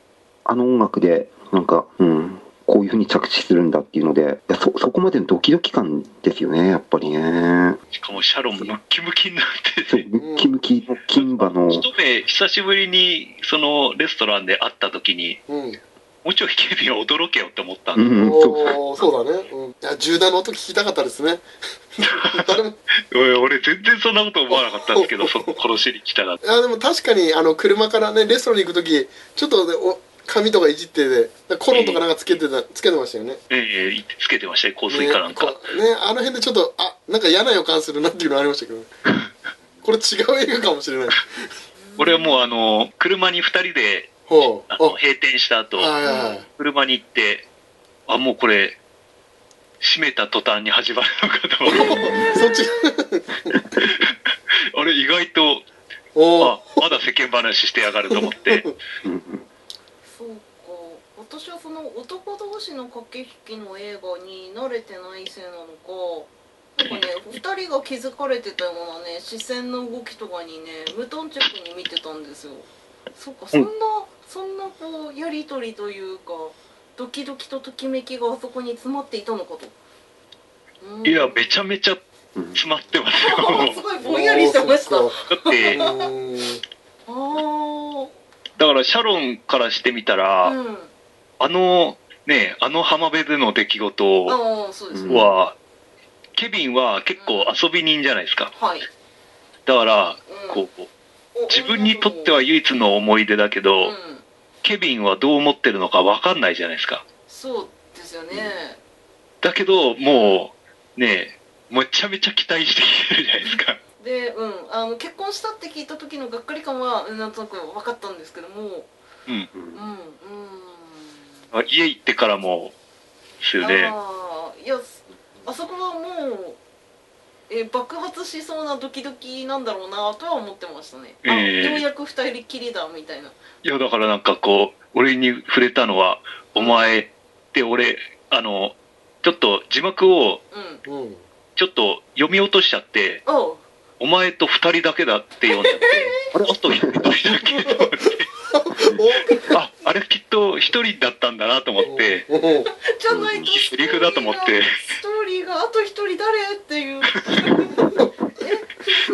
[SPEAKER 1] あの音楽で、なんか、うん、こういうふうに着地するんだっていうので、いやそそこまでのドキドキ感ですよね、やっぱりね。
[SPEAKER 5] しかもシャロンムッキムキになって
[SPEAKER 1] そう、
[SPEAKER 5] て。
[SPEAKER 1] ムッキムキの金馬の、
[SPEAKER 5] 一目、久しぶりに、その、レストランで会った時に、
[SPEAKER 2] うん
[SPEAKER 5] もうちょい警備を驚けよって思ったん
[SPEAKER 1] う
[SPEAKER 5] で、
[SPEAKER 1] ん、そうそう。
[SPEAKER 2] おーそうだね、うん、いや銃弾の音聞きたかったですね誰もい
[SPEAKER 5] おい俺全然そんなこと思わなかったんですけど、その殺しに来たら。
[SPEAKER 2] やでも確かにあの車からねレストランに行く時ちょっとねお髪とかいじってでコロンとかなんかつけてたつけてましたよね
[SPEAKER 5] ええつけてましたよ、香水かなんか。
[SPEAKER 2] ねこうねあの辺でちょっとあなんか嫌な予感するなっていうのありましたけど これ違う映画かもしれない
[SPEAKER 5] 俺はもうあの、車に二人で、
[SPEAKER 2] ほう
[SPEAKER 5] あの、閉店した後
[SPEAKER 2] あ、はいはい はい
[SPEAKER 5] 車に行って、あ、もうこれ、閉めた途端に始まるのかと思って
[SPEAKER 2] そっち
[SPEAKER 5] あれ意外と、
[SPEAKER 2] おお
[SPEAKER 5] あ、まだ世間話してやがると思って、
[SPEAKER 1] うん
[SPEAKER 3] そうか私はその男同士の駆け引きの映画に慣れてないせいなのかなん かね2人が気づかれてたようなね視線の動きとかにね無頓着に見てたんですよそっかそんな、そんなこうやり取りというかドキドキとときめきがあそこに詰まっていたのかと、うん
[SPEAKER 5] いや、めちゃめちゃ
[SPEAKER 1] うん
[SPEAKER 5] 詰まってますよ。
[SPEAKER 3] す ごいぼんやりしてました
[SPEAKER 2] おーそっ
[SPEAKER 5] だって、
[SPEAKER 2] かうーん
[SPEAKER 3] あー
[SPEAKER 5] だからシャロンからしてみたら、
[SPEAKER 3] うん
[SPEAKER 5] あの、ね、あの浜辺での出来事
[SPEAKER 3] ああそうです
[SPEAKER 1] う
[SPEAKER 3] ね、
[SPEAKER 1] ん
[SPEAKER 5] は、ケビンは結構遊び人じゃないですか。
[SPEAKER 3] はい、
[SPEAKER 5] だから、
[SPEAKER 3] うん、
[SPEAKER 5] こう、自分にとっては唯一の思い出だけど、
[SPEAKER 3] うん
[SPEAKER 5] ケビンはどう思ってるのかわかんないじゃないですか。
[SPEAKER 3] そうですよね、
[SPEAKER 5] だけど、もう、ね、めちゃめちゃ期待してきてるじゃないですか。
[SPEAKER 3] で、うん、あの結婚したって聞いた時のがっかり感はうんなんとなく分かったんですけどもうんうん
[SPEAKER 5] あ家行ってからも、ですよね。
[SPEAKER 3] あーいやあそこはもうえ爆発しそうなドキドキなんだろうなとは思ってましたね、あ
[SPEAKER 5] ええ
[SPEAKER 3] ようやく二人きりだみたいない
[SPEAKER 5] や、だからなんかこう、俺に触れたのは、お前って俺、あの、ちょっと字幕を
[SPEAKER 3] うん
[SPEAKER 2] うん
[SPEAKER 5] ちょっと読み落としちゃって、
[SPEAKER 3] おう
[SPEAKER 5] お前と二人だけだって読んじゃって、
[SPEAKER 1] あれ
[SPEAKER 5] あと一人だけ。あ、あれきっと一人だったんだなと思って、
[SPEAKER 2] おー
[SPEAKER 3] じゃないと
[SPEAKER 5] うんセリフだと思って
[SPEAKER 3] ストーリーがあと一人誰っていう え不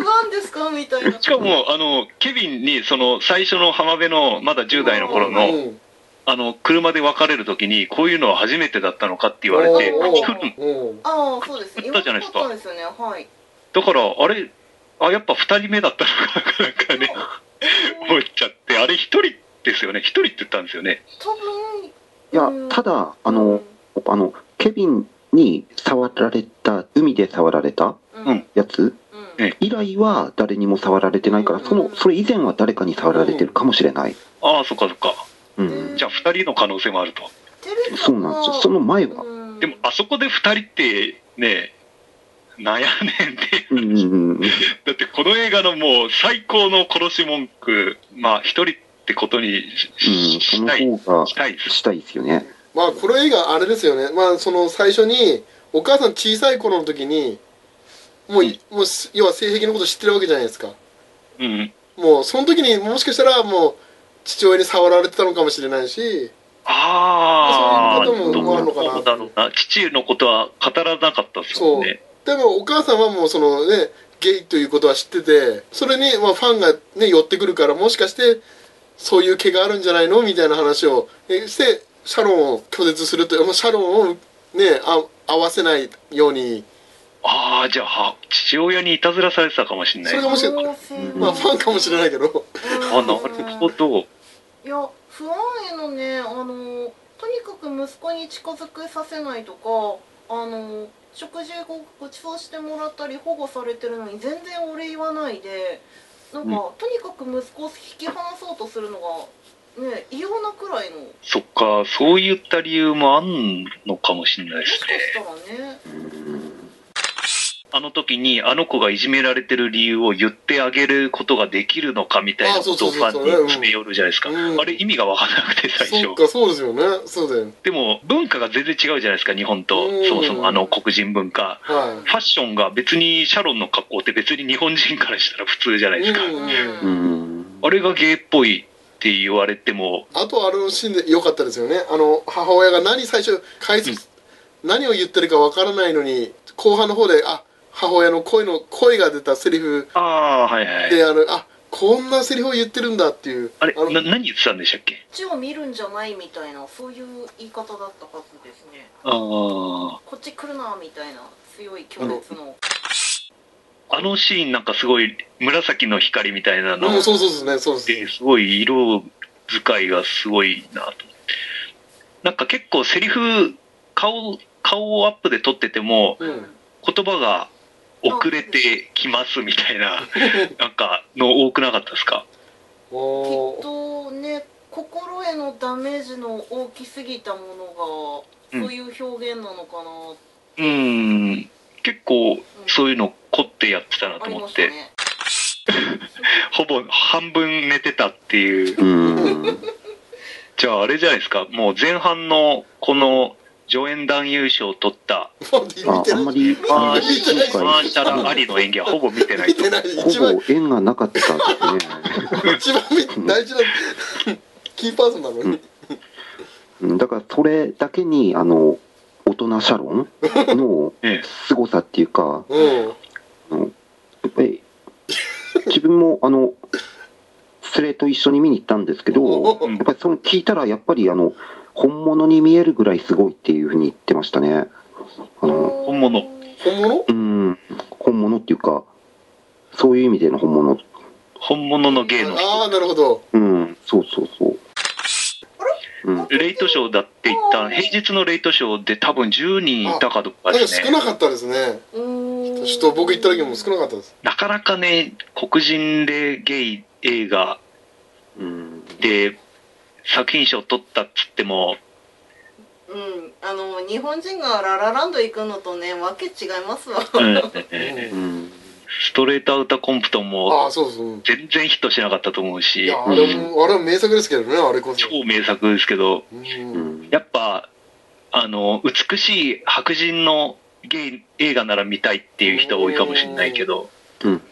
[SPEAKER 3] 安ですかみたいな
[SPEAKER 5] しかも、あの、ケビンにその最初の浜辺のまだ10代の頃
[SPEAKER 2] う
[SPEAKER 5] の、
[SPEAKER 2] ん
[SPEAKER 5] あの、車で別れる時に、こういうのは初めてだったのかって言われて、
[SPEAKER 3] おー
[SPEAKER 5] 聞くん
[SPEAKER 2] うん
[SPEAKER 3] ああそうですね
[SPEAKER 5] 言ったじゃないですか
[SPEAKER 3] 言わなかったですよ ねはい
[SPEAKER 5] だから、あれ、あ、やっぱ二人目だったのかな、なんかね。 思っちゃって、あれ一人ですよね、一人って言ったんですよね。
[SPEAKER 3] 多分
[SPEAKER 1] いや、ただ、あの、あの、ケビンに触られた、海で触られた
[SPEAKER 3] うん
[SPEAKER 5] うん
[SPEAKER 1] やつ
[SPEAKER 3] うん
[SPEAKER 5] ええ
[SPEAKER 1] 以来は誰にも触られてないから、その、それ以前は誰かに触られてるかもしれない。
[SPEAKER 5] ああ、そっかそっか。
[SPEAKER 1] うん。
[SPEAKER 5] じゃあ二人の可能性もあると。
[SPEAKER 3] テレビ
[SPEAKER 1] そうなんですよ。その前は。
[SPEAKER 3] うん
[SPEAKER 5] でも、あそこで二人って、ね、悩んねんで、
[SPEAKER 1] うんうんうん。
[SPEAKER 5] だってこの映画のもう最高の殺し文句、まあ一人ってことにし,し、
[SPEAKER 1] うん、そ
[SPEAKER 5] したい、
[SPEAKER 1] の方が
[SPEAKER 5] したいです。
[SPEAKER 1] したいですよね。
[SPEAKER 2] まあこの映画あれですよねまあその最初にお母さん小さい頃の時にもう,、
[SPEAKER 5] うん
[SPEAKER 2] もうす要は性癖のこと知ってるわけじゃないですか
[SPEAKER 5] うん。
[SPEAKER 2] もうその時にもしかしたらもう父親に触られてたのかもしれないし
[SPEAKER 5] ああ、
[SPEAKER 2] そういうことも思わんのかな
[SPEAKER 5] どうだろうな。父のことは語らなかったですもんね。
[SPEAKER 2] でもお母さんはもうそのねゲイということは知っててそれにまあファンがね寄ってくるからもしかしてそういう毛があるんじゃないのみたいな話をえしてシャロンを拒絶するというまあシャロンをねあ合わせないように
[SPEAKER 5] ああ、じゃあ、は父親にいたずらされてたかもしれない。
[SPEAKER 2] それ
[SPEAKER 5] あ、
[SPEAKER 2] がもしかまあファンかもしれないけど
[SPEAKER 5] なるほど。
[SPEAKER 3] いや不安へのねあのとにかく息子に近づけさせないとかあの食事をごちそうしてもらったり保護されてるのに全然お礼言わないでなんか、
[SPEAKER 5] うん
[SPEAKER 3] とにかく息子を引き離そうとするのがね異様なくらいのも
[SPEAKER 5] そっか、そういった理由もあんのかもしれないで
[SPEAKER 3] し
[SPEAKER 5] す
[SPEAKER 3] か
[SPEAKER 5] ね。
[SPEAKER 3] したらね
[SPEAKER 5] あの時にあの子がいじめられてる理由を言ってあげることができるのかみたいなことを
[SPEAKER 2] あそうそうそうそ
[SPEAKER 5] フ
[SPEAKER 2] う
[SPEAKER 5] ァンに詰め寄るじゃないですか。
[SPEAKER 2] うん
[SPEAKER 5] あれ意味がわからなくて最
[SPEAKER 2] そっ
[SPEAKER 5] 初。
[SPEAKER 2] かそうですよねそうだよね
[SPEAKER 5] でも文化が全然違うじゃないですか、日本
[SPEAKER 2] う
[SPEAKER 5] と。
[SPEAKER 2] ん
[SPEAKER 5] そもそもあの黒人文化。
[SPEAKER 2] は
[SPEAKER 5] ファッションが別にシャロンの格好って別に日本人からしたら普通じゃない
[SPEAKER 2] い
[SPEAKER 5] ですか。
[SPEAKER 2] うん
[SPEAKER 1] うーん
[SPEAKER 5] あれがゲイっぽいって言われても、
[SPEAKER 2] あとあのシーンで良かったですよねあの母親が何最初解説、何を言ってるかわからないのに後半の方であ母親の声の声が出たセリフ
[SPEAKER 5] ああ、はいはい。
[SPEAKER 2] であのあこんなセリフを言ってるんだっていう
[SPEAKER 5] あれ
[SPEAKER 2] あの
[SPEAKER 5] な何言ってたんでしたっけ
[SPEAKER 3] こっちを見るんじゃないみたいなそういう言い方だったはずですね
[SPEAKER 5] ああ。
[SPEAKER 3] こっち来るなみたいな強い強烈の
[SPEAKER 5] あのシーンなんかすごい紫の光みたいなの
[SPEAKER 2] うんそうそうですねそうですね
[SPEAKER 5] ですごい色使いがすごいなと。なんか結構セリフ、顔、顔をアップで撮ってても、
[SPEAKER 2] うん
[SPEAKER 5] 言葉が遅れてきますみたいな、なんかの多くなかったですか
[SPEAKER 2] お
[SPEAKER 3] きっ
[SPEAKER 2] ー
[SPEAKER 3] とね心へのダメージの大きすぎたものが、
[SPEAKER 5] うん
[SPEAKER 3] そういう表現なのかな、
[SPEAKER 5] うーん。結構、
[SPEAKER 3] うん
[SPEAKER 5] そういうの凝ってやってたな
[SPEAKER 3] あ
[SPEAKER 5] と
[SPEAKER 3] り
[SPEAKER 5] 思
[SPEAKER 3] ま
[SPEAKER 5] っ
[SPEAKER 3] した
[SPEAKER 5] て、
[SPEAKER 3] ね
[SPEAKER 5] ほぼ半分寝てたっていう
[SPEAKER 1] う。ーん
[SPEAKER 5] じゃああれじゃないですか、もう前半のこの助演男優賞を取った、
[SPEAKER 2] なんで
[SPEAKER 1] あ あ
[SPEAKER 2] 見てなんい
[SPEAKER 1] まり
[SPEAKER 5] あー
[SPEAKER 1] 今
[SPEAKER 2] 見て
[SPEAKER 5] マ
[SPEAKER 1] 回
[SPEAKER 5] ーシャラ・アリの演技はほぼ見てない
[SPEAKER 2] 見
[SPEAKER 5] と
[SPEAKER 2] て。ない一
[SPEAKER 1] ほ
[SPEAKER 2] 番
[SPEAKER 1] ぼ縁がなかったですね。
[SPEAKER 2] 一番見大事なキーパーソンなのに、
[SPEAKER 1] うんだからそれだけにあの大人シャロンの
[SPEAKER 5] ええ
[SPEAKER 1] 凄さっていうか
[SPEAKER 2] うん
[SPEAKER 1] やっぱり自分もあの連れと一緒に見に行ったんですけど
[SPEAKER 2] おー
[SPEAKER 1] やっぱりその聞いたらやっぱりあの本物に見えるぐらいすごいっていうふうに言ってましたね。あの
[SPEAKER 5] 本物
[SPEAKER 2] 本物
[SPEAKER 1] うん本物っていうかそういう意味での本物
[SPEAKER 5] 本物の芸の人。
[SPEAKER 2] ああなるほど
[SPEAKER 1] うんそうそうそう。うん、
[SPEAKER 5] レイトショーだって言った、平日のレイトショーで多分10人いたかどうか
[SPEAKER 2] なん
[SPEAKER 5] で
[SPEAKER 2] か
[SPEAKER 5] す
[SPEAKER 2] 少
[SPEAKER 5] ね。
[SPEAKER 2] なかったですね
[SPEAKER 3] うーん
[SPEAKER 2] ちょっと僕行った時も少なかったです
[SPEAKER 5] なかなかね、黒人でゲイ映画
[SPEAKER 1] うん
[SPEAKER 5] で作品賞を取ったっつっても、
[SPEAKER 3] うんあの日本人がララランド行くのとねわけ違いますわ
[SPEAKER 5] うん
[SPEAKER 2] うん
[SPEAKER 1] うん
[SPEAKER 5] ストレートアウタコンプトンも
[SPEAKER 2] ああそうそううん
[SPEAKER 5] 全然ヒットしなかったと思う
[SPEAKER 2] い
[SPEAKER 5] し
[SPEAKER 2] や、あれもあれは名作ですけどねあれこそ
[SPEAKER 5] 超名作ですけど、
[SPEAKER 2] う
[SPEAKER 1] うんん
[SPEAKER 5] やっぱ、あの、美しい白人のゲイ映画なら見たいっていう人は多いかもしれないけど、
[SPEAKER 1] うん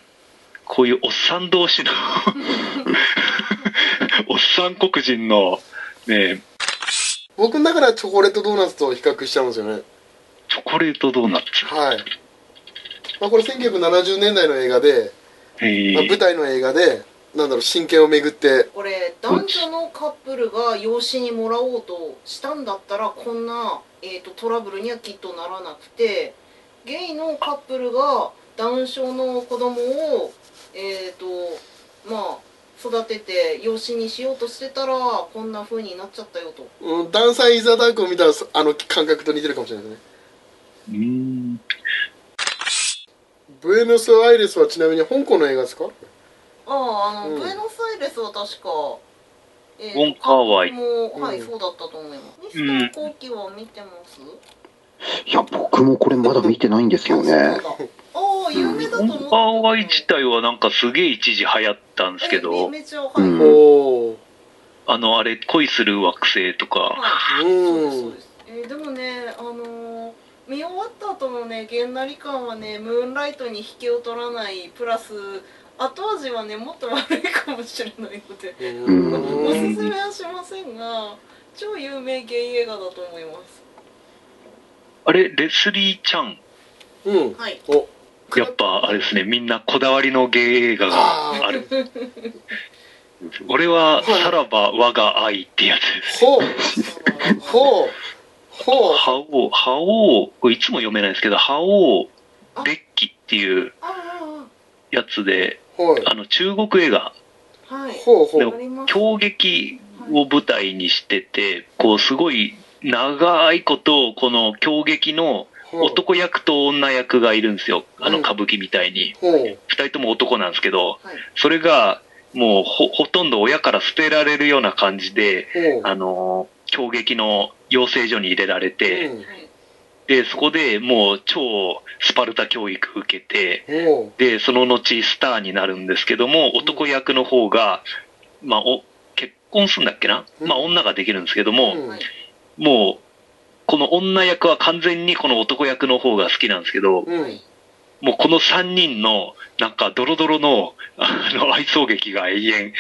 [SPEAKER 5] こういうおっさん同 士の、おっさん黒人の、ね、
[SPEAKER 2] 僕の中ではチョコレートドーナツと比較しちゃうんですよね
[SPEAKER 5] チョコレートドーナツ。
[SPEAKER 2] はい、まあ、これ1970年代の映画で、
[SPEAKER 5] え
[SPEAKER 2] まあ、舞
[SPEAKER 5] ー
[SPEAKER 2] 台の映画でなんだろう親権をめぐって
[SPEAKER 3] これ男女のカップルが養子にもらおうとしたんだったらこんな、えー、とトラブルにはきっとならなくてゲイのカップルがダウン症の子供をえっ、とまあ育てて養子にしようとしてたらこんな風になっちゃったよと
[SPEAKER 2] うんダンサーイザーダークを見たらあの感覚と似てるかもしれないですね
[SPEAKER 5] うーん
[SPEAKER 2] ブエノスアイレスはちなみに香港の映画ですか
[SPEAKER 3] あああの、
[SPEAKER 2] うん
[SPEAKER 3] ブエノスアイレスは確かえーと
[SPEAKER 5] ウォンカーワイ
[SPEAKER 3] 監督もはい、
[SPEAKER 2] うん
[SPEAKER 3] そうだったと思います
[SPEAKER 5] う
[SPEAKER 3] 西
[SPEAKER 5] ん
[SPEAKER 3] 野幸喜は見てます、
[SPEAKER 1] いや僕もこれまだ見てないんですよ
[SPEAKER 3] あ
[SPEAKER 1] ね。
[SPEAKER 3] そうなんだあー有名だと
[SPEAKER 5] オン
[SPEAKER 3] 思ってた
[SPEAKER 5] パンワイ自体はなんかすげえ一時流行ったんですけ
[SPEAKER 3] え
[SPEAKER 5] ど、
[SPEAKER 3] めめちゃは
[SPEAKER 1] う
[SPEAKER 3] い、
[SPEAKER 1] ん
[SPEAKER 3] はい
[SPEAKER 2] おお
[SPEAKER 5] あの、あれ、恋する惑星とか、
[SPEAKER 3] そうですそううんですえーでもねあのー見終わった後のねげんなり感はねムーンライトに引けを取らないプラス後味はねもっと悪いかもしれないので
[SPEAKER 1] うん
[SPEAKER 3] おすすめはしませんが超有名ゲイ映画だと思います
[SPEAKER 5] あれ、レスリー・チャン
[SPEAKER 2] うん
[SPEAKER 3] はい
[SPEAKER 2] お
[SPEAKER 5] やっぱあれですね、みんなこだわりの芸映画がある。俺は、さらば我が愛ってやつです。
[SPEAKER 2] ほう
[SPEAKER 3] う
[SPEAKER 2] ほうほう
[SPEAKER 5] 覇王、覇王、これいつも読めないんですけど、覇王、デッキっていう
[SPEAKER 3] あ
[SPEAKER 5] やつで、
[SPEAKER 2] ほう
[SPEAKER 5] あの、中国映画、
[SPEAKER 3] あはい
[SPEAKER 2] ほうほ
[SPEAKER 5] で
[SPEAKER 2] う
[SPEAKER 5] も
[SPEAKER 3] わかります
[SPEAKER 5] 狂劇を舞台にしてて、こう、すごい長いこと、この狂劇の
[SPEAKER 2] ほう
[SPEAKER 5] 男役と女役がいるんですよ。あ
[SPEAKER 2] う
[SPEAKER 5] の、
[SPEAKER 2] ん
[SPEAKER 5] 歌舞伎みたいに。
[SPEAKER 2] ほう
[SPEAKER 5] 二人とも男なんですけど、
[SPEAKER 3] はい
[SPEAKER 5] それが、もうほ、ほとんど親から捨てられるような感じで、
[SPEAKER 2] ほう
[SPEAKER 5] あのー、狂撃の養成所に入れられて、
[SPEAKER 2] うん
[SPEAKER 3] はい
[SPEAKER 5] で、そこでもう超スパルタ教育受けて、
[SPEAKER 2] ほ
[SPEAKER 5] で、その後スターになるんですけども、男役の方が、まあ、お、結婚すんだっけな
[SPEAKER 2] うん
[SPEAKER 5] まあ、女ができるんですけど
[SPEAKER 2] う
[SPEAKER 5] も、
[SPEAKER 2] ん
[SPEAKER 3] はい
[SPEAKER 5] もう、この女役は完全にこの男役の方が好きなんですけど、
[SPEAKER 2] う
[SPEAKER 3] は
[SPEAKER 2] ん
[SPEAKER 3] い
[SPEAKER 5] もうこの3人の、なんか、ドロドロの、あの、 愛想劇が永遠、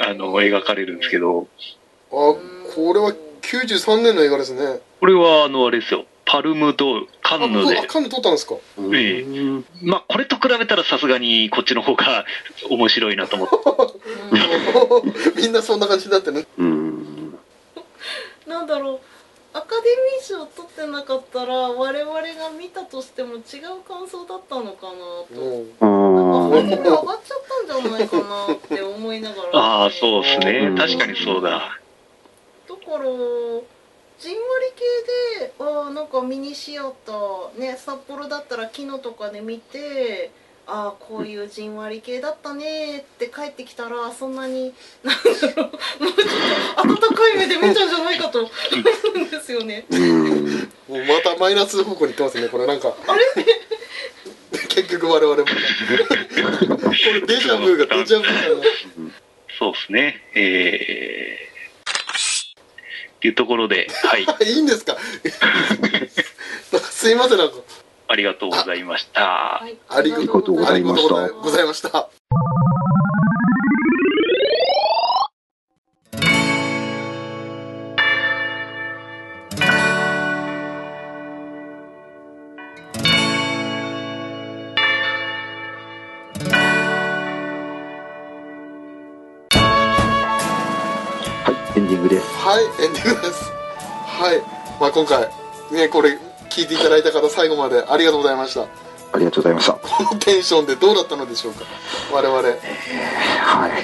[SPEAKER 5] あの、描かれるんですけど、
[SPEAKER 2] あこれは93年の映画ですね
[SPEAKER 5] これは、あの、あれですよ、パルムドール、カ
[SPEAKER 2] あ
[SPEAKER 5] ンヌ
[SPEAKER 2] あ
[SPEAKER 5] で、
[SPEAKER 2] カンヌ撮ったんですか
[SPEAKER 1] うん
[SPEAKER 5] えまあ、これと比べたらさすがにこっちの方が 面白いなと思って、
[SPEAKER 3] うん
[SPEAKER 2] みんなそんな感じになってね
[SPEAKER 1] うん
[SPEAKER 3] なんだろうアカデミー賞取ってなかったら我々が見たとしても違う感想だったのかなと。
[SPEAKER 2] うん
[SPEAKER 1] あ
[SPEAKER 3] なん
[SPEAKER 1] ー
[SPEAKER 3] か本当に上がっちゃったんじゃないかなって思いながら。
[SPEAKER 5] ああ、そうです
[SPEAKER 1] う
[SPEAKER 5] ね
[SPEAKER 1] ん。
[SPEAKER 5] 確かにそうだ。
[SPEAKER 3] だからじんわり系であーなんかミニシアターね札幌だったら木のとかで見てああこういうじんわり系だったねーって帰ってきたらそんなになんだろうもうちょっと温かい目で見たんじゃないかと思うんですよね。
[SPEAKER 1] うん
[SPEAKER 2] もうまたマイナス方向に行ってますねこれなんかあれ 結局我々もこれデジャブがデジャブだな
[SPEAKER 5] そうですね。えー、っていうところで、はい、
[SPEAKER 2] あいいんですか なんかすいませんなんか
[SPEAKER 5] ありがとうございました。
[SPEAKER 3] い
[SPEAKER 2] あり
[SPEAKER 1] がとうございました
[SPEAKER 2] ありがとうございました
[SPEAKER 1] はいエンディングです
[SPEAKER 2] はいエンディングですはいまあ今回ねこれ聞いていただいた方最後までありがとうございました
[SPEAKER 1] ありがとうございました
[SPEAKER 2] このテンションでどうだったのでしょうか我々
[SPEAKER 1] はい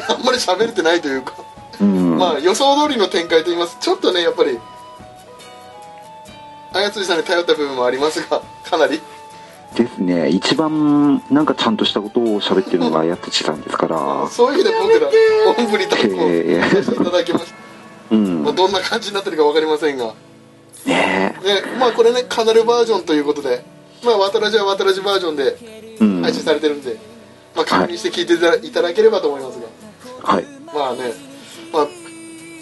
[SPEAKER 2] あんまり喋れてないというか
[SPEAKER 1] うん
[SPEAKER 2] まあ予想通りの展開といいますちょっとねやっぱりあやつりさんに頼った部分もありますがかなり
[SPEAKER 1] ですね一番なんかちゃんとしたことを喋ってるのがやつちさんですから
[SPEAKER 2] そういう意味で僕ら
[SPEAKER 3] やめて
[SPEAKER 2] おんぶに抱っこを
[SPEAKER 1] え
[SPEAKER 2] させていただきました、
[SPEAKER 1] ーうん
[SPEAKER 2] まあ、どんな感じになってるか分かりませんが
[SPEAKER 1] ね
[SPEAKER 2] ねまあこれねカナルバージョンということでまあ渡らじは渡らじバージョンで
[SPEAKER 1] えうん
[SPEAKER 2] 配信されてるんで、まあ、確認して聞いていただいただければと思いますが
[SPEAKER 1] はい
[SPEAKER 2] まあねまあ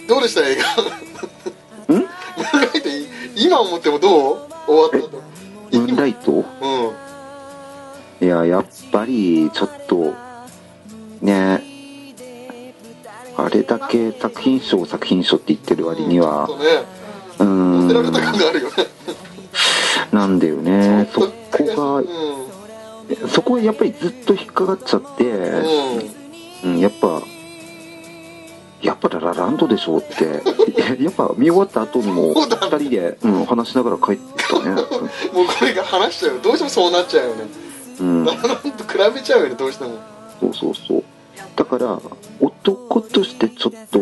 [SPEAKER 2] どうでした映画
[SPEAKER 1] ん
[SPEAKER 2] ムーンライトい今思ってもどう終わったと
[SPEAKER 1] インライト
[SPEAKER 2] うん
[SPEAKER 1] いややっぱりちょっとねあれだけ作品賞作品賞って言ってる割には
[SPEAKER 2] ちょっとね
[SPEAKER 1] う
[SPEAKER 2] 乗
[SPEAKER 1] ん
[SPEAKER 2] せられた感があるよね
[SPEAKER 1] なんだよねそこ
[SPEAKER 2] うん
[SPEAKER 1] がそこはやっぱりずっと引っかかっちゃって、
[SPEAKER 2] うん
[SPEAKER 1] うん、やっぱやっぱララランドでしょうって やっぱ見終わった後にも
[SPEAKER 2] そうだね
[SPEAKER 1] 2人で、うん、話しながら帰ったね
[SPEAKER 2] もうこれが話しちゃうよどうしてもそうなっちゃうよね
[SPEAKER 1] うん
[SPEAKER 2] ララランドと比べちゃうよねどうしても
[SPEAKER 1] そうそうそうだから男としてちょっと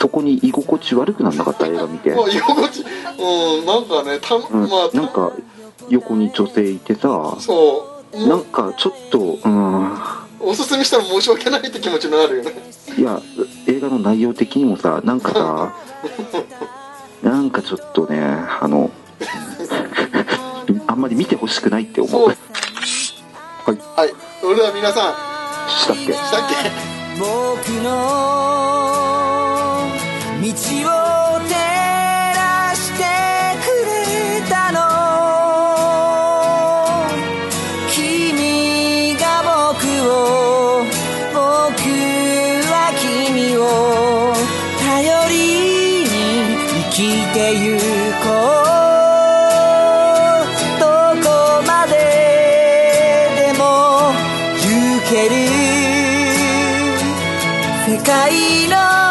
[SPEAKER 1] そこに居心地悪くなんなかった映画見て、
[SPEAKER 2] まあ居心地うんなんかねた
[SPEAKER 1] うん
[SPEAKER 2] まあた
[SPEAKER 1] なんか横に女性いてさ
[SPEAKER 2] そう
[SPEAKER 1] な
[SPEAKER 2] も
[SPEAKER 1] ん
[SPEAKER 2] う
[SPEAKER 1] かちょっとうん
[SPEAKER 2] おすすめしたら申し訳ないって気持ちになるよね
[SPEAKER 1] いや映画の内容的にもさなんか さなんかちょっとねあ のあんまり見てほしくないって思
[SPEAKER 2] そううはいそれでは皆さん
[SPEAKER 1] したっけ
[SPEAKER 2] したっけ
[SPEAKER 4] 僕の道を照らしてくれたの君が僕を僕は君を頼りに生きてゆこうどこまでける世界の